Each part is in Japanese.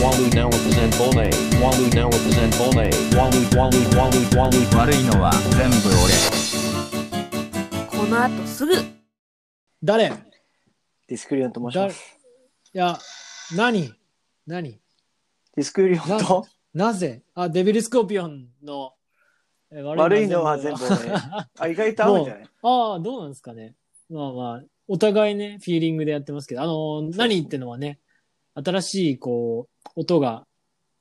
Walu now represent Bole. Walu now represent Bole. Walu, Walu, Walu, Walu. 悪いのは全部俺この後すぐ誰いディスクリオンと申します。や、何何ディスクリオンとなぜあ、デビルスコーピオンのえ悪いのは全部俺。あ、意外と合うんじゃないああ、どうなんですかね。まあまあ、お互いね、フィーリングでやってますけど、あのー、何ってのはね、新しい、こう、音が、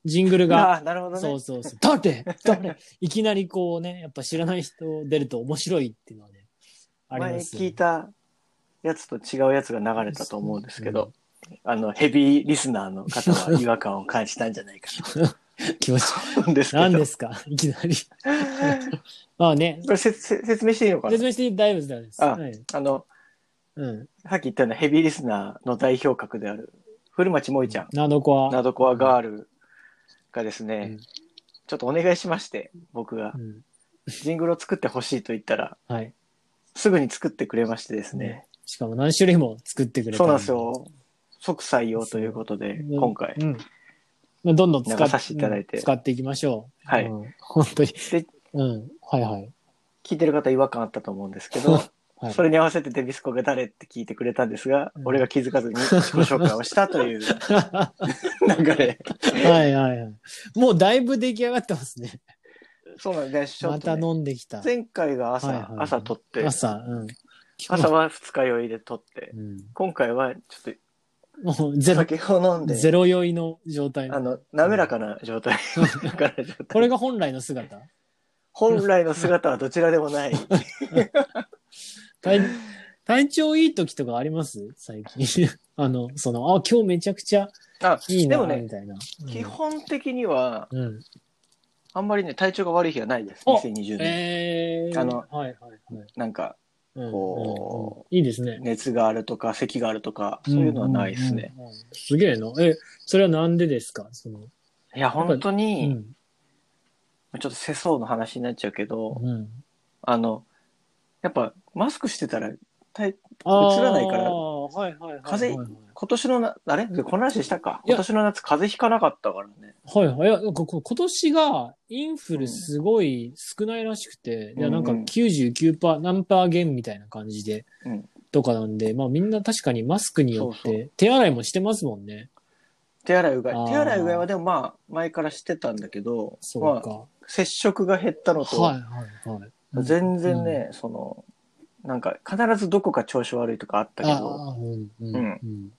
ジングルが、あーなるほどそねう。そうそう、誰誰いきなりこうね、やっぱ知らない人出ると面白いっていうのはね、あり前ますよね聞いたやつと違うやつが流れたと思うんですけど、あの、ヘビーリスナーの方は違和感を感じたんじゃないかうん。気持ち、と思うん ですけど。何ですかいきなり。まあね、これせせ説明していいのかな説明して大丈夫です、大丈夫です。あはい、あの、うん。さっき言ったようなヘビーリスナーの代表格である、古町萌ちゃん、ナドコナは、ドコアガールがですね、うんちょっとお願いしまして、僕がう、ん。ジングルを作ってほしいと言ったら、はい。すぐに作ってくれましてですね、しかも何種類も作ってくれたそうなんです。よ。即採用ということで、うん今回う。ん。まあ、どんどん使っ流させていただいてうん使っていきましょう。はいうん本当に。で、うん。はいはい。聞いてる方違和感あったと思うんですけど、 はい、それに合わせてデビスコが誰って聞いてくれたんですが、うん俺が気づかずに自己紹介をしたと いう流れ。はいはいはい。もうだいぶ出来上がってますね。そうなんです、ね。また飲んできた。前回が朝、はいはいはい朝撮って、朝朝、うん。は二日酔いで撮って、うん、今回はちょっもうとゼロ、酒を飲んで、ゼロ酔いの状態。あの、滑らかな状態。 滑らかな状態これが本来の姿本来の姿はどちらで もない。体体調いい時とかあります最近。 あの、その、あ、今日めちゃくちゃあ、いいでな、もねみ、たいな。うん基本的には、うん。あんまりね、体調が悪い日はないです。お2020年。えー、あのはいはいはい。なんか、うんこうんうんいいですね。熱があるとか、咳があるとか、そういうのはないですね。うんうんうん。すげえな。え、それはなんでですかその、いや、本当うに、ん。ちょっと世相の話になっちゃうけど、うん。あの、やっぱマスクしてたら、体あー映らないからはいはいはいはい。風はい今年のな、あれこの話したか。いや今年の夏風邪ひかなかったからね。はいはい。いや、ここ今年がインフルすごい少ないらしくて、うんいや、なんかうんうん99%パー、何パー減みたいな感じで、うんとかなんで、まあみんな確かにマスクによっそうそて手洗いもしてますもんね。手洗いうがあーい。手洗いうがいはでもまあ、前からしてたんだけど、そうまあ、か。接触が減ったのと、はいはいはい。うん全然ね、その、なんか必ずどこか調子悪いとかあったけど、ああ、うん、うん、ううんん。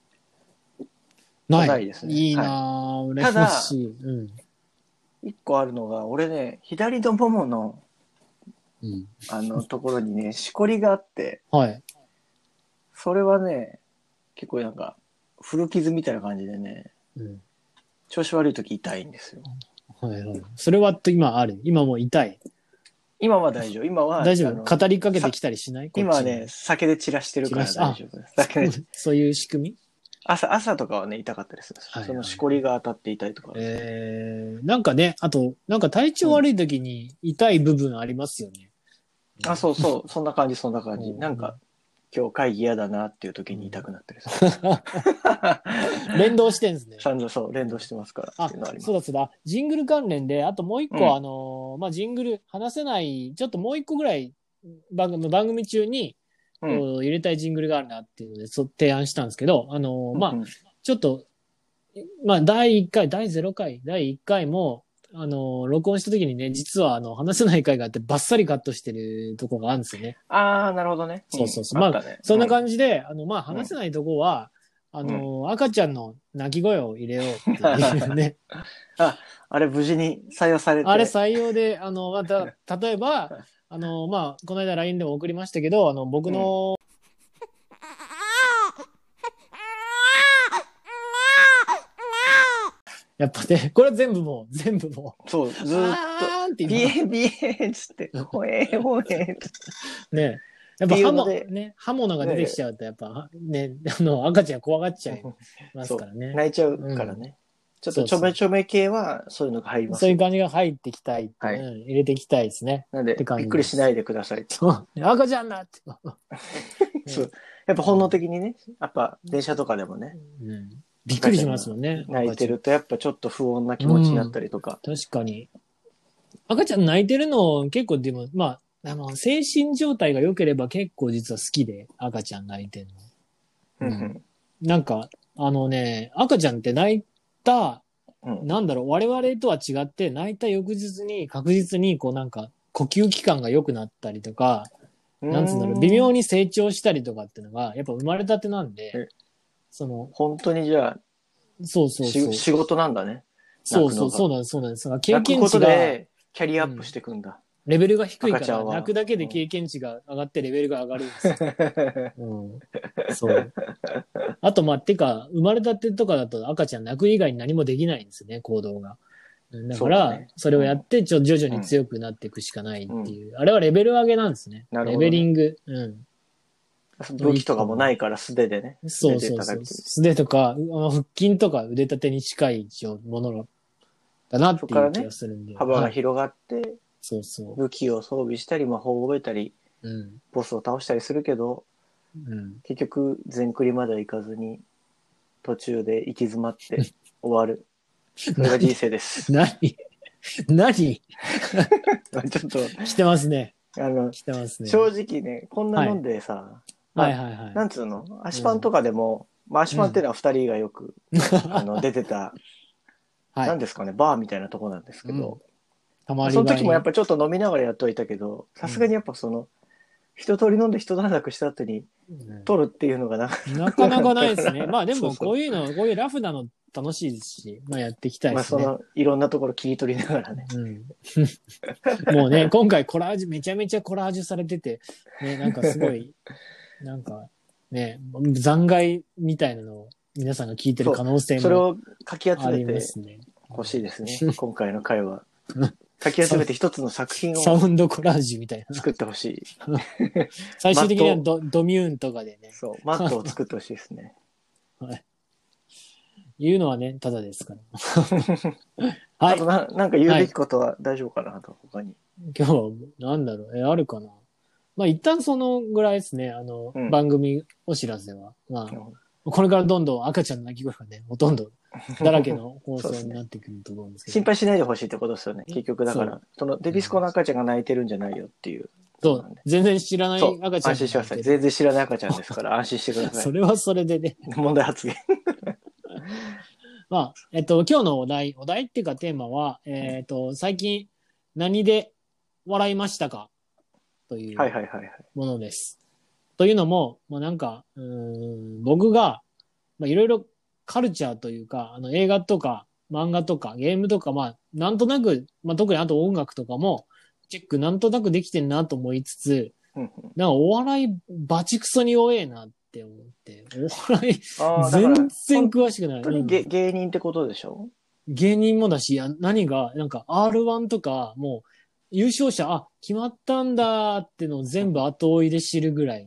ない。ないですねいいなぁ、ただ羨ましい。うん。一個あるのが、俺ね、左のももの、うん。あの、ところにね、しこりがあって、はい。それはね、結構なんか、古傷みたいな感じでね、うん。調子悪い時痛いんですよ。はいはい。それはと今ある。今もう痛い。今は大丈夫。今は、大丈あの夫。語りかけてきたりしない今はね、、酒で散らしてるから散ら大し丈夫です。こっだちけにどそういう仕組み朝、朝とかはね、痛かったです。はいはいそのしこりが当たっていたりとか。えー、なんかね、あと、なんか体調悪い時に痛い部分ありますよね。あ、そ うそう、そんな感じ、そんな感じ。うんなんか、今日会議嫌だなっていう時に痛くなってる。 連動してんですね。散々 そう、連動してますからっあていうのはありまそうだそうだ。ジングル関連で、あともう一個、うんあのー、まあ、ジングル話せない、ちょっともう一個ぐらい番組番組中に、うんこう入れたいジングルがあるなっていうので、そう提案したんですけど、あのー、す。まあう、んちょっと、まあ、第1回、第0回、第1回も、あの、録音した時にね、実は、あの、話せない回があって、バッサリカットしてるとこがあるんですよね。あー、なるほどね。そうそうそうんまあったねそんな感じで、あの、まあ、話せないとこは、あの、赤ちゃんの泣き声を入れようっていうね。あれ、無事に採用されて。あれ採用で、あの、また、例えば、あの、まあ、この間 LINE でも送りましたけど、あの、僕の、やっぱね、これは全部もう、全部もう、そう、ずーっあーんってと。言うのビエビエっつって、ほえーほえーっつって。ねやっぱ刃も、っていうのね、刃物が出てきちゃうと、やっぱ、ね、 あの、赤ちゃん怖がっちゃいますからね。泣いちゃうからね。ちょっそとうちそょうめちょめ系はそういうのが入りますそういう感じが入ってきたい、はいうん入れていきたいですね。 なんでって感じびっくりしないでくださいとそう赤ちゃんだって。そうやっぱ本能的にねやっぱ電車とかでもねうん、びっくりしますもんね。泣いてるとやっぱちょっと不穏な気持ちになったりとか。赤ちゃん。確かに。赤ちゃん泣いてるの結構でも、まあ、あの、精神状態が良ければ結構実は好きで、赤ちゃん泣いてるの。うんんうんなんか、あのね、赤ちゃんって泣いた、うんなんだろう、我々とは違って、泣いた翌日に確実に、こうなんか、呼吸器官が良くなったりとか、なんつうんだろう、微妙に成長したりとかってのが、やっぱ生まれたてなんえで、その、本当にじゃあ、そうそうそうし。仕事なんだね。そうそ泣くのう、がそうなんです、そうなんです。経泣く験こと値が、レでキャリアアップしていくんだ。ベルが低いか赤ちゃら、んは泣くだけで経験値が上がってレベルが上がるんですよ。うん。 そう。あと、まあ、てか、生まれたてとかだと赤ちゃん泣く以外に何もできないんですよね、行動が。だそかうだらね、それをやって、ちょ、徐々に強くなっていくしかないっていう。あれはレベル上げなんですね。なレるほどねベリング。うん。 武器とかもないから素手でね。そうそうそ腕で叩う。く素手とか、うあの腹筋とか腕立てに近いものだなってそっかいらうね気がするんで。幅がはい広がって、そうそ武器を装備したり、魔法を覚えたり、う。うん。ボスを倒したりするけど、うん。結局、全クリまでは行かずに、途中で行き詰まって終わる。それが人生で す。何何 まあちょっと、来てますね。あの、来てますね。正直ね、こんな飲んでさ、はいはいはい。なんつうの足パンとかでも、まあ足パンっていうのは二人がよく、あの出てた、 はい、なんですかね、バーみたいなとこなんですけど、たまりその時もやっぱぱちょっと飲みながらやっといたけど、さすがにやっぱその、一通り飲んで一段落した後に取るっていうのがなんか、なかなかないです ね。まあでそうもそうこういうの、こういうラフなの楽しいですし、まあやっていきたいまあですそね。の、いろんなところ切り取りながらね。 うん、 もうね、今回コラージュ、めちゃめちゃコラージュされてて、ね、なんかすご い、なんかね、残骸みたいなのを皆さんが聞いてる可能性それもをかき集あめりまてすね。ほしいですね、今回の回は。かき集めて一つの作品サをウンドコラージュみた いな。作ってほしい。最終的にはドドミューンとかでね、そう、マットを作ってほしいですね。言うのはね、ただですから。 は あいと。な、なんか言うべきことは大丈夫かなと、他に。今日は、なんだろう、え、あるかな。まあ、一旦そのぐらいですね、あの、うん番組お知らせは。まあ、これからどんどん赤ちゃんの泣き声がね、ほとん どだらけの放送になってくると思うんですけ心ど。配しないでほしいってことですよね。結局だかそら、そのデビスコの赤ちゃんが泣いてるんじゃないよっていう。そう、全然知らないそう、赤ちゃん安心してください。全然知らない赤ちゃんです から、安心してくださそい。れはそれでね。問題発言。まあ、えっと、今日のお題、お題っていうかテーマは、えっと、最近何で笑いましたかという。はいはいはいはい。ものです。というのも、まあ、なんか、うーん僕が、まあ、いろいろカルチャーというか、あの映画とか漫画とかゲームとか、まあ、なんとなく、まあ、特にあと音楽とかも、チェックなんとなくできてんなと思いつつ、うんなんかお笑いバチクソに弱えなって思って、お笑いああ、だか全ら、本然詳しくない。当うにん芸芸人ってことでしょ芸人もだし、いや何が、なんか R1 とか、もう優勝者、あ、決まったんだってのを全部後追いで知るぐらい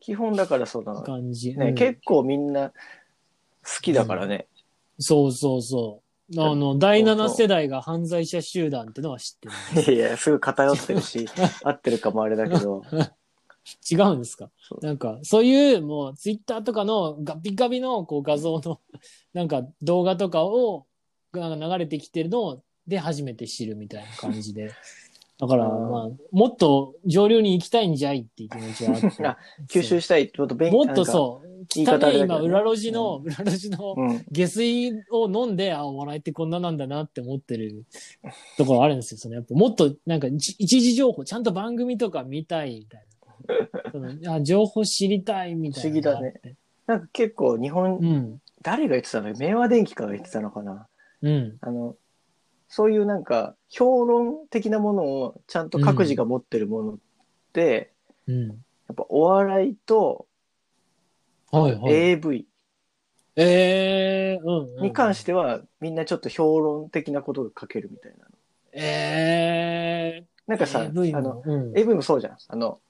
基本だから、そのの、感じ。うね、ん結構みんな好きだからね。そうそうそう。あの、第7世代が犯罪者集団ってのは知ってる。いやいや、すごい偏ってる し、合ってるかもあれだけど。違うんですかそうなんか、そういう、もう、ツイッターとかのガビガビの、こう、画像の、 なんか、動画とかを、が流れてきてるのをで、初めて知るみたいな感じで。だ から、うん。まあ、もっと上流に行きたいんじゃいっていう気持ちはあって あ吸収したいってこと、勉もっとう。そう、言い方あ汚れいだけど今、ね裏路地の、裏路地の、うん。下水を飲んで、あ、お笑いってこんななんだなって思ってるところあるんですよ。そのやっぱもっとなんか一一時情報、ちゃんと番組とか見たいみたい な。そのあ情報知りたいみたいな。不思議だね。なんか結構日本、うん。誰が言ってたの明和電機かが言ってたのかなうん。あの、そういうなんか、評論的なものをちゃんと各自が持ってるものって、うん。やっぱお笑いとはいはい。 AV えー、うん、。に関してては、みんなちょっと評論的なことが書けるみたいな。えなんー、かさ、 AV あの、もうん、 AV もそうじゃん。あの、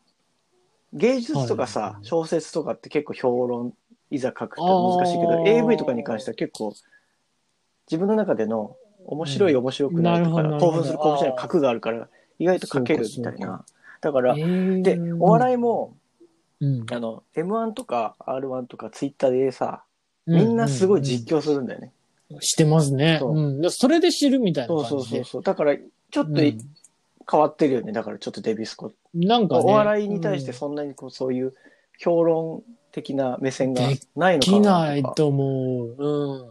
芸術とかはさい、小説とかって結構評論、いざ書くと難しいけあど、ー AV とかに関しては結構、自分の中での面白い、う面白くないとなかるほどな、るほど興奮する、興奮しないの核があるから、意外と書けるみたそういかそうな。だから、で、おい、笑いも、うん。あの、M1 とか R1 とか Twitter でさ、みんなすごい実実況するんだよね。してますね。そううん。でそれで知るみたいなそう感じで。そうそうそう。だから、ちょっとい変わってるよね。だから、ちょっとデビスコ。うんなんかね。お笑いに対してそんなにこう、そういう評論的な目線がなでいのきかなないと思う。うん。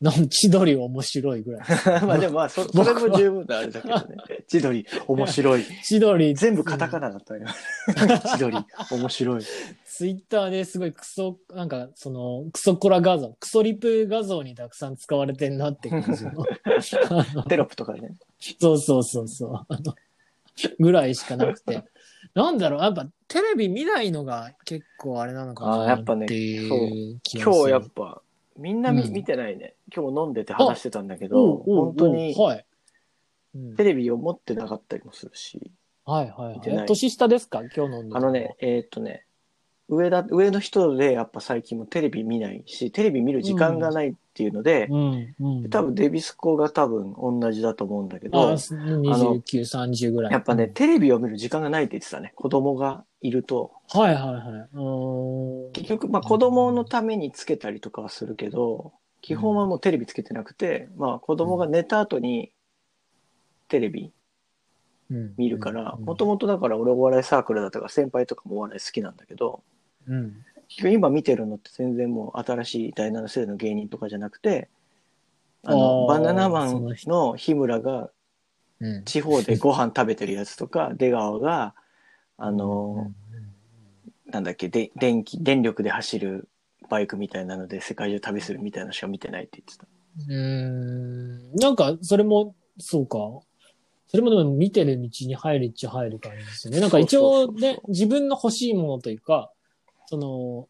なん千鳥面白いぐ らい。まあでもま あそ、それも十分なあれだけどね。千鳥、面白い。千鳥、全部カタカナだったよ。千鳥、面 白い。ツイッターですごいクソ、なんかその、クソコラ画像、クソリプ画像にたくさん使われてんなって感じ の。テロップとかね。そうそうそうそう。あの、ぐらいしかなくて。なんだろう、やっぱテレビ見ないのが結構あれなのかあーなやっっぱねていう気がす今る。日やっぱ、みんな見,、うん見てないね。今日飲んでて話してたんだけおど、うおうおう本当にはい。うんテレビを持ってなかったりもするし、はいはい見てはいなえ。い年下ですか今日飲んでたあのね、えーっとね、上だ、上の人でやっぱ最近もテレビ見ないし、テレビ見る時間がないっていうので、うん、うん。多分デビスコが多分同じだと思うんだけあど、 29、30ぐらい。やっぱね、うんテレビを見る時間がないって言ってたね。子供がいると。はいはいはい。うーん結局、まあ子供のためにつけたりとかはするけど、基本はもうテレビつけてなくて、まあ子供が寝た後にテレビうん見るから、うんもともとだから俺お笑いサークルだったから先輩とかもお笑い好きなんだけど、うん。結局今見てるのって全然もう新しい第7世代の芸人とかじゃなくて、ああの、ーバナナマそのン人の日村がうん。地 方でご飯食べてるやつとか、出川が、あの、なんだっけで電気電力で走るバイクみたいなので世界中旅するみたいなのしか見てないって言ってたうーん。なんか、それも、そうか。それもでも見てる道に入るっちゃ入る感じですよね。なんか一応そうそうそうそうね、自分の欲しいものというか、その、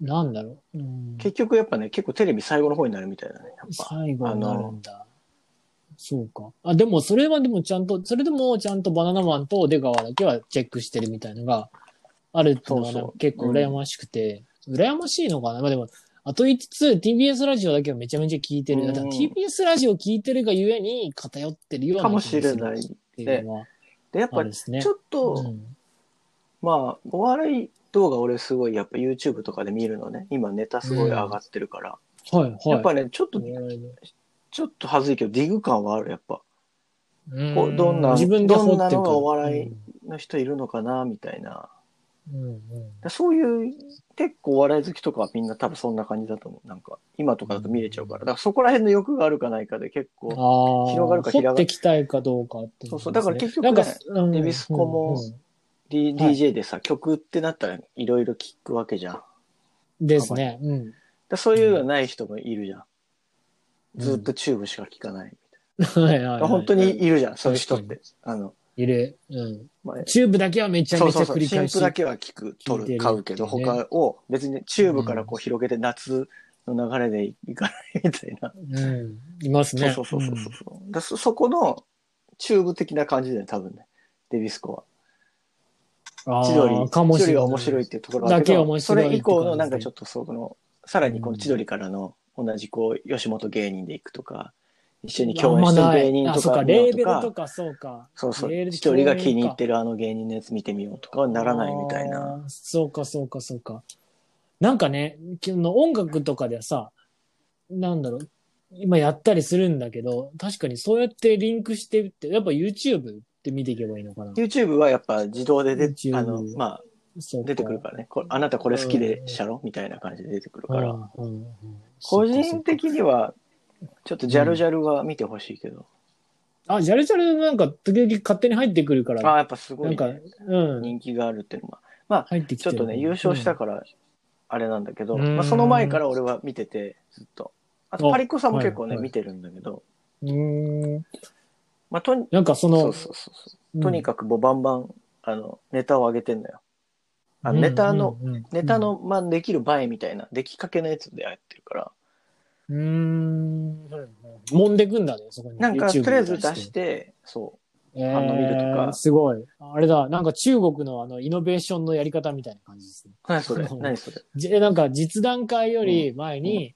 なんだろう。うん結局やっぱね結構テレビ最後の方になるみたいだねやっぱ最後になるんだ。そうか。あ、でもそれはでもちゃんと、それでもちゃんとバナナマンと出川だけはチェックしてるみたいのがあるっていうのがそうなんそうか結構羨ましくて、羨ましいのかなまあでも、あと2、TBS ラジオだけはめちゃめちゃ聞いてる。うだんから TBS ラジオ聞いてるがゆえに偏ってるようなかもしれ気ながいするっていうのはでやっあぱるりですね。ちょっと、まあお笑い動画俺すごいやっぱ YouTube とかで見るのね今ネタすごい上がってるから、うん、はい、はい。やっぱねちょっと、こちょっと恥ずいけどディグ感はあるやっぱこううどんな自分で掘っていくどんなのがお笑いの人いるのかなみたいなうんうんだそういう結構お笑い好きとかはみんな多分そんな感じだと思うなんか今とかだと見れちゃうからだからそこら辺の欲があるかないかで結構ああ、広がるか広が掘ってきたいかどうかっていのそうそうだから結局ねなんかす、うんデビスコも D はい DJ でさ、曲ってなったらいろいろ聞くわけじゃん。ですね。うん。だそういうのない人もいるじゃん。ずっとチューブしか聞かないみたい はいはい、な。はい。本当にいるじゃん、そういう確か人にって。あの、いる。うん。まあ、チューブだけはめちゃそうめちそゃうそ繰う、りシン返プし。だけは聞く、聞取いてるる、買うけど、っていうね他を別にチューブからこう広げて夏の流れでいかないみたいな。うん。いますね。そうそうそうそうそう、だそ。そこのチューブ的な感じだよね、多分ね。デビスコうん。は。あー千鳥、かもしれな千鳥いは面白いっていうところはあるだけけ面ど、白そいってれ以降のなんか感じちょっとそこの、さらにこの千鳥からの同じこう、吉本芸人で行くとか、一緒に共演してる芸人あとそうかか、レーベル見ようとか、そうか。そうそう、レール千で共演鳥かが気に入ってるあの芸人のやつ見てみようとかはならないみたいな。あー。そうか、そうか、そうか。なんかね、昨日音楽とかではさ、なんだろう、今やったりするんだけど、確かにそうやってリンクしてるって、やっぱ YouTube って見ていけばいいのかな。 YouTube はやっぱ自動でで YouTube、あの、まあ、そう出てくるからね。こあなたこれ好きでしゃろみたいな感じで出てくるから。うんうんうん個人的には、ちょっとジャルジャルは見てほしいけど。あ、ジャルジャルなんか時々勝手に入ってくるかああ、ら、やっぱすごい、ね。なんかうん、人気があるっていうのは。入ってきちてょっるとね、優勝したから、あれなんだけど、うんまあ、その前から俺は見てて、ずっと。あと、あパリッコさんも結構はね、いはい見てるんだけど、うん。うんまあ、とに、なんかそそのう、そうそうそう。とにかかく、もうバンバン、あの、ネタを上げてんだよ。あのネタの、、うんうんネタ、の、まあ、できる前みたいな、出来かけのやつでやってるから、うん、うん揉んでくんだね、そこに。なんか、と YouTube りあえず出して、そ反応見るとかえーすごい。あれだ、なんか中国のあの、イノベーションのやり方みたいな感じですね。う。何それそう何それじなんか実弾会より前に、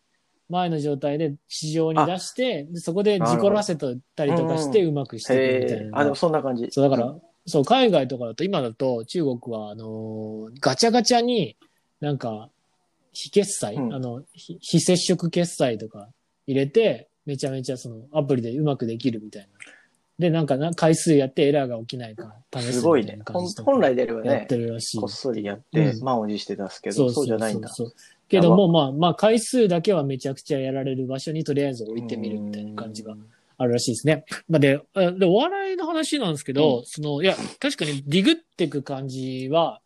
前の状態で市場に出して、でそこで事故らせとったりとかしてうまくしていくみたいへえな。あ、でもそんな感じ。そう、だかうらん、そう、海外とかだと、今だと中国は、あのーガチャガチャに、なんか、非決済、うんあの、非非接触決済とか入れて、めちゃめちゃそのアプリでうまくできるみたいな。で、なんかな回数やってエラーが起きないか試すすごいみたねな。感本じとか本来であればやっねて、るらしい。こっそりやって、うん満を持して出すけど、そうじゃないんだ。そうけども、まあ、まあ、回数だけはめちゃくちゃやられる場所にとりあえず置いてみるみたいな感じがうん。あるらしいですね。まあ、で、あで、お笑いの話なんですけど、その、いや、確かにディグってく感じは、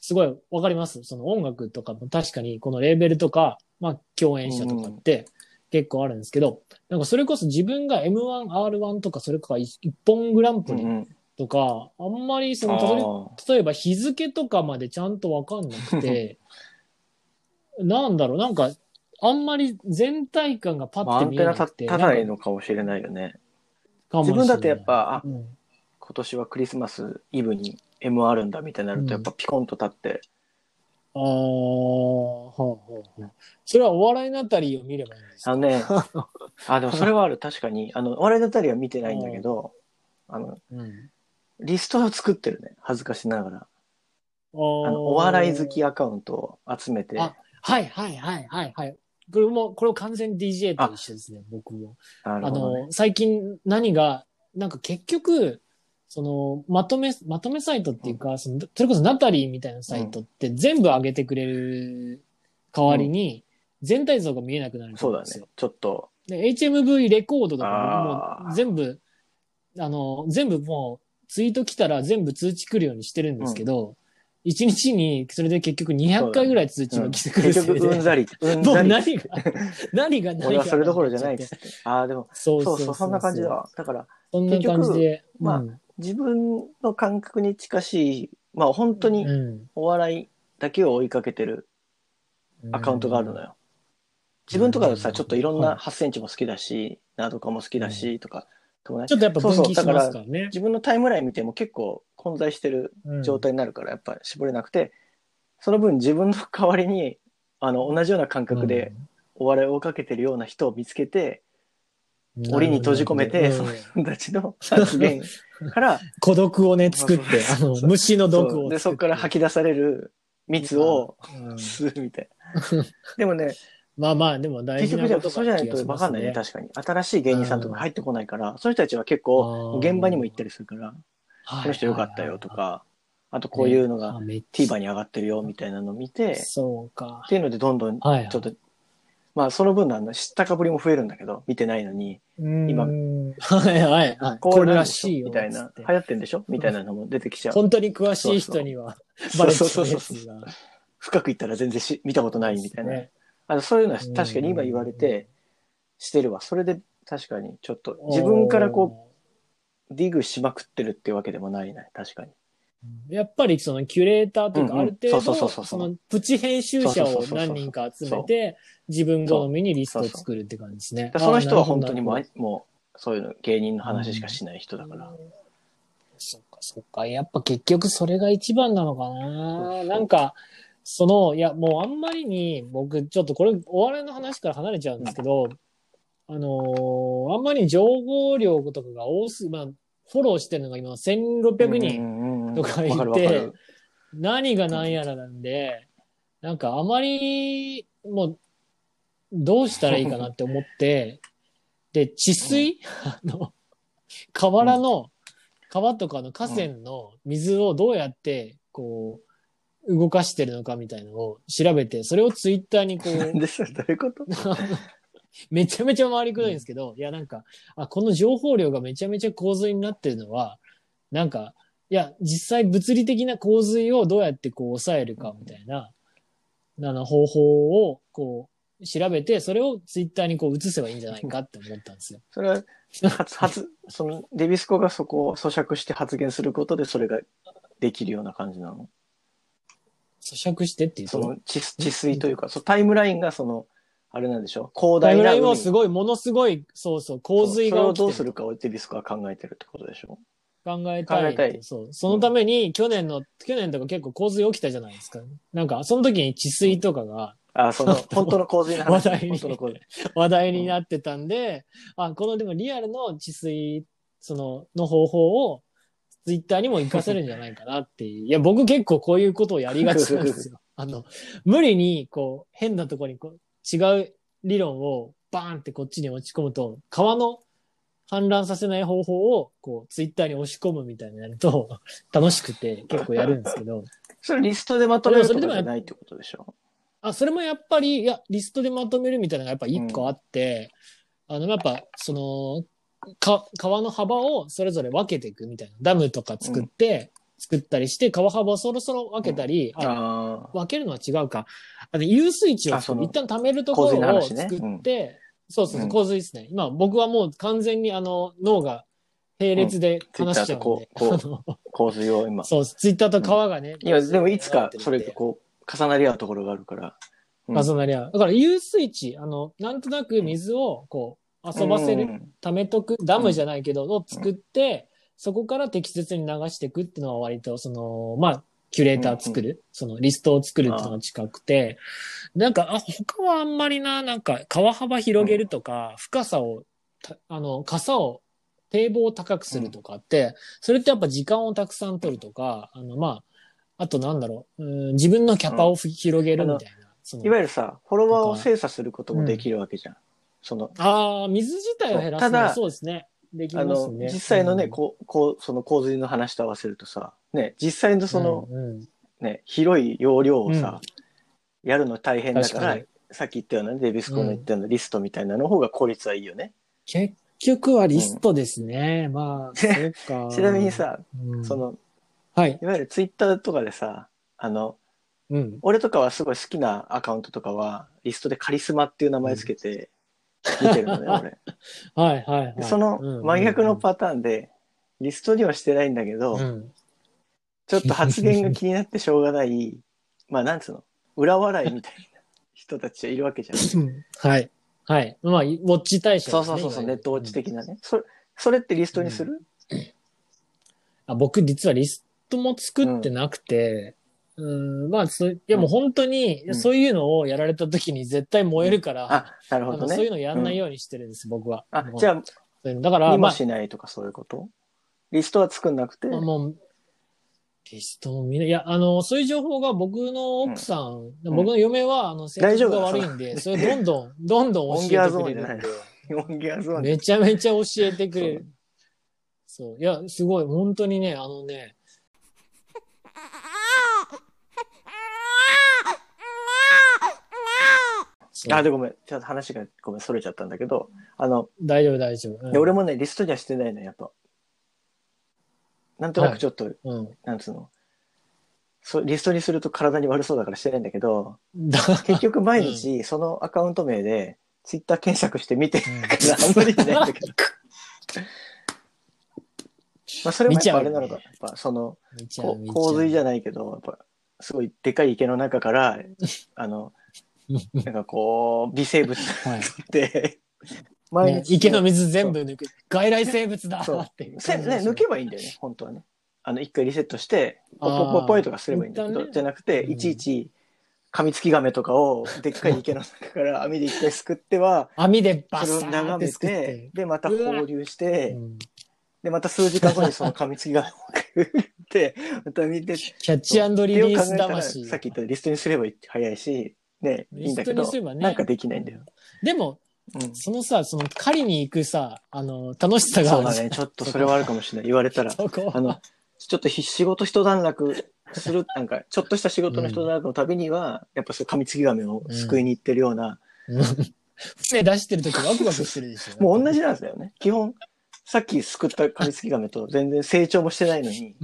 すごいわかります。その音楽とかも確かに、このレーベルとか、まあ、共演者とかって結構あるんですけど、なんかそれこそ自分が M1、R1 とか、それか一一本グランプうんうリんとか、あんまりその、あ例えばー例えば日付とかまでちゃんとわかんなく て、なんだろう、なんか、あんまり全体感がパまッあアてン見テえナな立くて。たないなんのかもしれないよね。か自分だってやっ、かぱ、あ、もしれないうん今年はクリスマスイブに M あるんだみたいになると、やっぱピコンと立って、ああ、ほうほうほう。それはお笑いのあたりを見ればいいんですあかの ね、あ、でもそれはある、確かに。あの、我々のあたりは見てないんだけど、あの、うんリストを作ってるね、恥ずかしながら。ああのの、お笑い好きアカウントを集めて、あはいはいはいはいはい。これも、これを完全に DJ と一緒ですね、僕も。なるあほど、ね。の、最近何が、なんか結局、その、まとめ、まとめサイトっていうか、そのそれこそナタリーみたいなサイトって全部上げてくれる代わりに、全体像が見えなくなるとそう思だんですねよ。。ちょっと、で HMV レコードとか僕あもー全部、あの、全部もうツイート来たら全部通知来るようにしてるんですけど、一1日にそれで結局200回ぐらい通知うがん来てくる結せいで局、うんざり、うん もうざり。何が、何が何が。俺はそれどころじゃないっつって。ああ、でも、そうそそううそう、そんな感じだわ。だから、そんな感じで。局まあうん自分の感覚に近しい、まあ本当にうんお笑いだけを追いかけてるアカウントがあるのよ。自分とかだとさ、ちょっといろんはない8センチも好きだし、なとかも好きだし、とか、友ち達ょっとやっぱ分そうそ岐うしだからますからね。自分のタイムライン見ても結構混在してる状態になるから、やっぱ絞れなくて、その分自分の代わりに、あの、同じような感覚でお笑いを追いかけてるような人を見つけて、うん檻に閉じ込めて、うんその人たちの発言から、孤独をね、作って、あそうそうの、そう虫の毒をそう作で、そこからき、吐き出される蜜をうん吸うみたいな。でもね、まあまあ、でも 大結事な局ことじゃあそうじゃないと分かんないね、確確かに。新しい芸人さんとか入ってこないから、そういう人たちは結構あー現場にも行ったりするから、この人良かったよとか、あとこういうのが TVer に上がってるよみたいなのを見て、っそうか。ていうのでどんどんちはいはいょっと、まあその分のあの知ったかぶりも増えるんだけど、見てないのに、今うんはいはいはい。こういこうれのあるらでしょしいよ。みたいなつって、流行ってんでしょみたいなのも出てきちゃう。本当に詳しい人には、そバうレてそうるそうやそうつ。が。深く行ったら全然し見たことないみたいな。ねあのそういうのは確かに今言われてしてるわ。それで確かにちょっと自分からこうディグしまくってるってわけでもないね。確かに。やっぱりそのキュレーターといううんか、うんある程そ度、うそうそうそうそのプチ編集者そうそをうそうそう何人か集めて、自分好みにリストを作るって感じですねだ。からその人は本当にもあうもうそういうの芸人の話しかしない人だから。そっかそっか。やっぱ結局それが一番なのかそうそな。うなんか、その、いや、もうあんまりに、僕、ちょっとこれ、お笑いの話から離れちゃうんですけど、あのーあんまり情報量とかが多すぎ、まあ、フォローしてるのが今1600人人とかいてわかるわかる。 何が何やらなんで、なんかあまり、もう、どうしたらいいかなって思って、で、治水、あの、河原の、川とかの河川の水をどうやって、こう、動かしてるのかみたいのを調べて、それをツイッターにこう、で、それどういうことめちゃめちゃ回りくどいんですけど、いやなんか、あ、この情報量がめちゃめちゃ洪水になってるのは、なんか、いや、実際物理的な洪水をどうやってこう抑えるかみたいな、あの方法をこう調べて、それをツイッターにこう移せばいいんじゃないかって思ったんですよ。それは、発、発、その、デビスコがそこを咀嚼して発言することでそれができるような感じなの咀嚼してっていうそとの、治治水というか、そうタイムラインがその、あれなんでしょう広タイ大ムなライ海ンもすごい、ものすごい、そうそう、洪水がそれを起きどてうるするかをデビスコは考えてるってことでしょ考えたい。考えたいそう。そのために、去年の、去年とか結構洪水起きたじゃないですか。なんか、その時に治水とかが、あ、その、本当の洪水の話。話題に本当の洪水。話題になってたんで、あ、このでもリアルの治水、その、の方法を、ツイッターにも活かせるんじゃないかなっていう。いや、僕結構こういうことをやりがちなんですよ。 あの、無理に、こう、変なところにこう違う理論をバーンってこっちに落ち込むと、川の氾濫させない方法を、こう、ツイッターに押し込むみたいなのやると、 楽しくて結構やるんですけど、それリストでまとめるとかじゃないってことでしょあ、それもやっぱり、いや、リストでまとめるみたいなのがやっぱ一個あって、あの、やっぱ、その、か、川の幅をそれぞれ分けていくみたいな。ダムとか作って、作ったりして、川幅をそろそろ分けたり、ああ分けるのは違うか。あの、遊水池をあその一旦貯めるとこ洪水のろを話作ねって、そうそうそうう、ん洪水ですね。今、僕はもう完全にあの、脳が並列で話しちゃうんで、うん Twitter あのあ、洪水を今。そう、ツイッターと川がね。いや、でもいつかそれととこう、重なり合うところがあるから。うん重なり合う。だから、遊水池、あの、なんとなく水を、こう、遊ばせうる、ん溜めとく、ダムじゃないけど、を作って、そこから適切に流していくっていうのは割と、その、まあ、キュレーター作る、そのリストを作るっていうのが近くて、なんか、あ、他はあんまりな、なんか、川幅広げるとか、深さを、たあの、傘を、堤防を高くするとかって、それってやっぱ時間をたくさん取るとか、あの、まあ、あとなんだろう、うん自分のキャパをふ広げるみたいな。そのいわゆるさ、フォロワーを精査することもできるわけじゃん。その、ああ、水自体を減らすのたはだそうですね。できあますの、ね。実際のね、うんこう、こう、その洪水の話と合わせるとさ、ね、実際のその、うんうんね、広い容量をさ、やるの大変だか確からに、さっき言ったような、デビスコの言ったようなリストみたいなの方が効率はいいよね。。結局はリストですね。まあ、そうか ちなみにさ、うん、その、はい。いわゆるツイッターとかでさ、あの、うん。俺とかはすごい好きなアカウントとかは、リストでカリスマっていう名前つけて、見てるのね、俺。はいはい、はい。でその真逆ーのパターンで、リストにはしてないんだけど、うん。ちょっと発言が気になってしょうがない、まあなんつうの、裏笑いみたいな人たちがいるわけじゃん。うんはい。はい。まあ、ウォッチ対象そでうすそね、いわうそうそう、ゆネるットウォッチ的なね。それ、それってリストにする、あ僕、実はリストも作ってなくて、うん、まあ、そういやもう本当に、うんそういうのをやられた時に絶対燃えるから、あ、なるほあどのね。そういうのやんないよ。ようにしてるんです、僕は。あ、じゃそういうのだかあ、ら、見まもあ、しないとかそういうこと、リストは作んなくて、まあもう、リストも見ない。いや、あの、そういう情報が僕の奥さん、ん僕の嫁は、あの、性大丈格夫がだ悪いんで、それどんど ん、どんどオんンギ教えャーてゾくーれンじゃないる。の。 オンギャーゾーンめちゃめちゃ教えてくれそうる。そう。いや、すごい、本当にね、あのね、そうあ、で、ごめん。ちょっと話が、ごめん、それちゃったんだけど、あの、大丈夫、大丈夫。いや俺も、もね、リストにはしてないの、やっぱ。なんとなくちょっと、うん。なんつうの。そうリストにすると体に悪そうだからしてないんだけど、だ結局毎日そのアカウント名でツイッター検索して見てるうんから、あんまり いないんだけど。まあそれもやっぱあれなのか、見やっぱその、見ちゃこう見ちゃう洪水じゃないけど、やっぱすごいでかい池の中から、あの、なんかこう、微生物はいで、毎ね日、池の水全部抜く。外来生物だそうっていうせ感じねで、す抜けばいいんだよね、本当はね。あの、一回リセットして、ポあーッポッポッポイとかすればいいんだけ一旦ど、ねじゃなくて、うんいちいち、カミツキガメとかを、でっかい池の中から網で一回すくっては、網でバそれをサーっ眺てめ作ってて、。で、また放流しうて、んで、また数時間後にそのカミツキガメを食って、 また見て、キャッチアンドリリースってを考えたら魂。さっき言ったリストにすれば早いし、ね、いいんだリストけにどすれ、ばねなんかできないんだよ。でも、うんそのさ、その狩りに行くさ、あの、楽しさが、そうだね、ちょっとそれはあるかもしれない、言われたら。そこあの、ちょっとひ仕事一段落する、 なんか、ちょっとした仕事の一段落のたびには、やっぱそう、カミツキガメを救いに行ってるような、うん船出してる時ワクワクしてるでしょ。もう同じなんですよね。基本、さっき救ったカミツキガメと全然成長もしてないのに、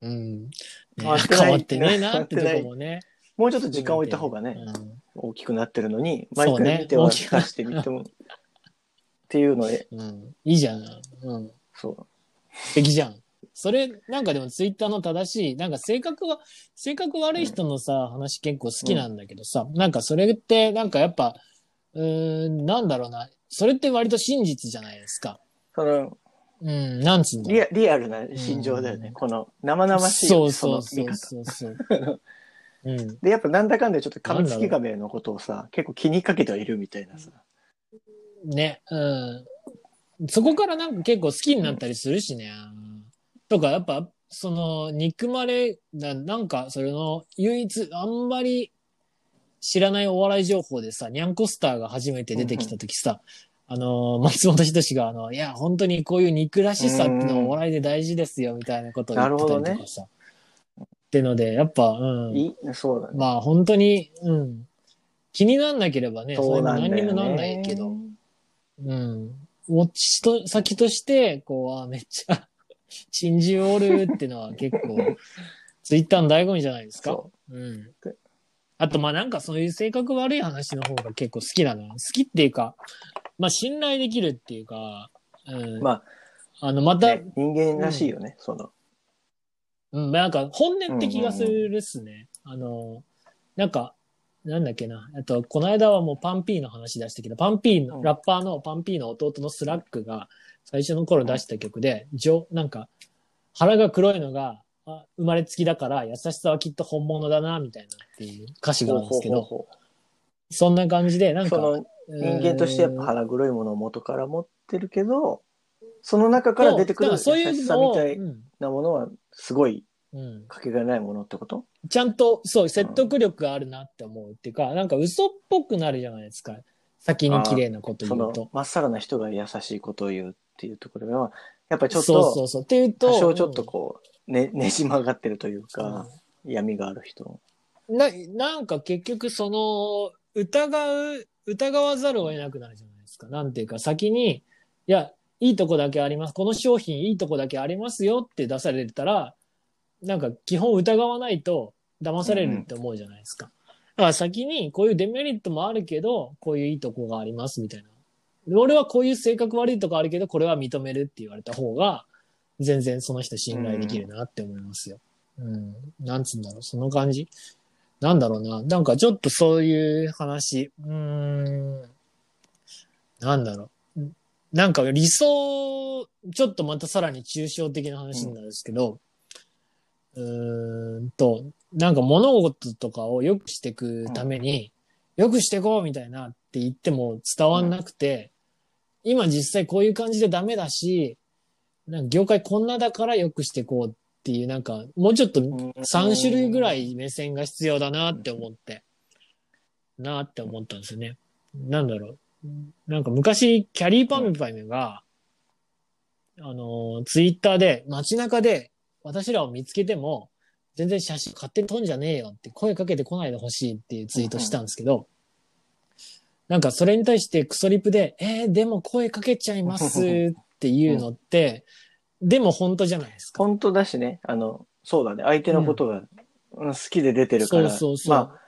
うん。ね変わってない変わってねえなってとこもね。もうちょっと時間を置いた方がね、うん大きくなってるのに、そうね毎回見ては大出きくなしてみても、っていうので、うん。いいじゃん。うん。そ素敵じゃん。それ、なんかでもツイッターの正しい、なんか性格は、性格悪い人のさ、話結構好きなんだけどさ、なんかそれって、なんかやっぱ、うーん、なんだろうな。それって割と真実じゃないですか。う、その、うん、なんつうんだろうリアリアルな心情だよね。うんこの、生々しい、そうそうそその見う方。そうそう。 うん。で、やっぱなんだかんだちょっとカミツキガメのことをさ、結構気にかけてはいるみたいなさ。ね。うん。そこからなんか結構好きになったりするしね。とか、やっぱ、その、憎まれ、ななんか、それの、唯一、あんまり知らないお笑い情報でさ、ニャンコスターが初めて出てきた時さ、あの、松本人志が、あの、いや、本当にこういう憎らしさってのはお笑いで大事ですよ、みたいなことを言ってたりとかさ。ってので、やっぱ、うん。いそうだね。まあ、本当に、うん。気になんなければね、そうなんだよれね。も何にもなんないけど。うん。ウォッチと、先として、こう、あめっちゃ、 珍獣おるってのは結 構、ツイッターの醍醐味じゃないですか。そううん。あと、まあなんかそういう性格悪い話の方が結構好きなの。好きっていうか、まあ信頼できるっていうか、うん。う。まあの、まあ、た、ね人間らしいよね、その。うん、なんか本音って気がするですね。あの、なんか、なんだっけな。えっと、この間はもうパンピーの話出したけど、パンピーうの、んラッパーのパンピーの弟のスラックが最初の頃出した曲で、じょなんか、腹が黒いのが、あ生まれつきだから優しさはきっと本物だな、みたいなっていう歌詞があるんですけど、ほうほうほうそんな感じで、なんか、その人間としてやっぱうん腹黒いものを元から持ってるけど、その中から出てくる優そうだからそういしうさのみを、たいうなものはすごいんうん、かけがえないものってことちゃんと、そう、説得力があるなって思うっていうか、なんか嘘っぽくなるじゃないですか。先に綺麗なことそ言うのと。まっさらな人が優しいことを言うっていうところはやっぱりちょっそうそうとそう。っていうと、多少ちょっとこうねねじ曲がってるというか、闇がある人うんな、なんか結局その、疑う、疑わざるを得なくなるじゃないですか。なんていうか、先に、いや、いいとこだけあります。この商品いいとこだけありますよって出されたら、なんか基本疑わないと騙されるって思うじゃないですか。だから先にこういうデメリットもあるけど、こういういいとこがありますみたいな。俺はこういう性格悪いとこあるけど、これは認めるって言われた方が、全然その人信頼できるなって思いますよ。うん。なんつうんだろう、その感じ。なんだろうな。なんかちょっとそういう話。うーん。なんだろう。んなんか理想、ちょっとまたさらに抽象的な話になるんですけど、うーんと、なんか物事とかを良くしていくために、良くしていこうみたいなって言っても伝わんなくて、今実際こういう感じでダメだし、なんか業界こんなだから良くしていこうっていう、なんかもうちょっと3種類ぐらい目線が必要だなって思って、なって思ったんですよね。なんだろう。なんか昔、キャリーパンパイムが、あの、ツイッターで街中で私らを見つけても、全然写真勝手に撮んじゃねえよって声かけてこないでほしいっていうツイートしたんですけど、なんかそれに対してクソリプで、えー、でも声かけちゃいますっていうのって、でも本当じゃないですか。本当だしねあのそうだね相手のことが、うん好きで出てるからそうそうそうまあ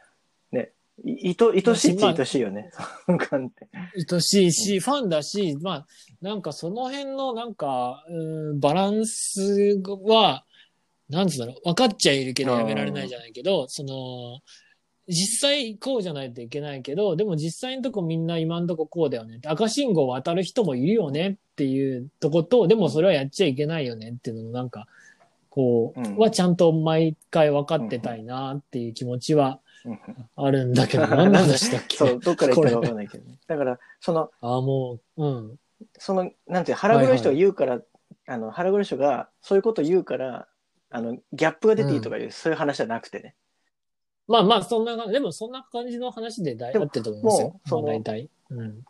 ねいいと愛しいっちゃ愛しいよね、その観点愛しいし、ファンだし、まあ、なんかその辺の、なんか、うんバランスは、なんつうんだろう、分かっちゃいるけどやめられないじゃないけど、その、実際こうじゃないといけないけど、でも実際のとこみんな今のとここうだよね。赤信号を渡る人もいるよねっていうとこと、でもそれはやっちゃいけないよねっていうののなんか、こう、うんはちゃんと毎回分かってたいなっていう気持ちはうんあるんだ けど、何の話だっけそうどっから言ったかわかんないけど ねだからそのああ、もう、うん。その、なんていう、腹黒い人が言うから、あの、腹黒い人が、そういうこと言うから、あの、ギャップが出ていいとかいう、そういう話じゃなくてね。まあまあ、そんな感じ、でもそんな感じの話で大でも合ってると思いますよも。うそのまあ大体。うん。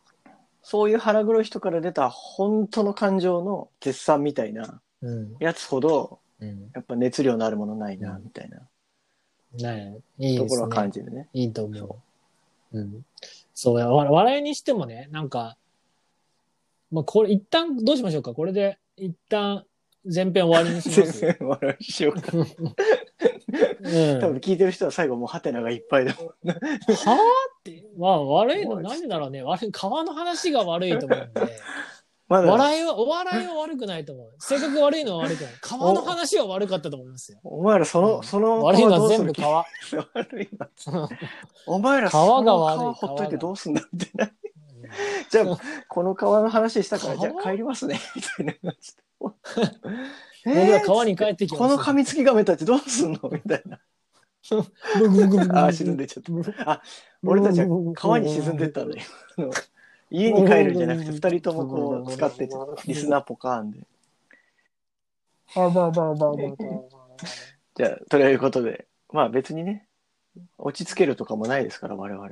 そういう腹黒い人から出た本当の感情の絶賛みたいなうん。やつほど、うん。やっぱ熱量のあるものないな、みたいなねいいとでころすは感ね。じるね。いいと思う。うん。そうや、わ笑いにしてもね、なんか、まあこれ一旦、どうしましょうかこれで、一旦、前編終わりにしま 全す。然笑いしようか。うん。多分聞いてる人は最後もうハテナがいっぱいだもん。はあって、まあ悪いの何だろうね。悪い、川の話が悪いと思うんで。まだ、笑いは、お笑いは悪くないと思う。性格悪いのは悪くない。川の話は悪かったと思い ますよ。お前らその、その、悪いのは全部どう川。する気悪いな。お前ら皮そのが悪い皮ほっとい皮てがどうすんだみたいな。じゃあ、この川の話したから、じゃあ帰りますね、 みたいな感じで。 僕は川にに帰ってきます。このカミツキガメたちどうすんのみたいな。ブグブグブグブグあー、沈んでっちゃった。俺たちは川に沈んでったんだよ。あの家に帰るんじゃなくて、二人ともこう、使ってっちゃった。リスナーポカーンで。あばあばあばあばあばあばじゃあ、ということで、まあ別にね、落ち着けるとかもないですから、我々。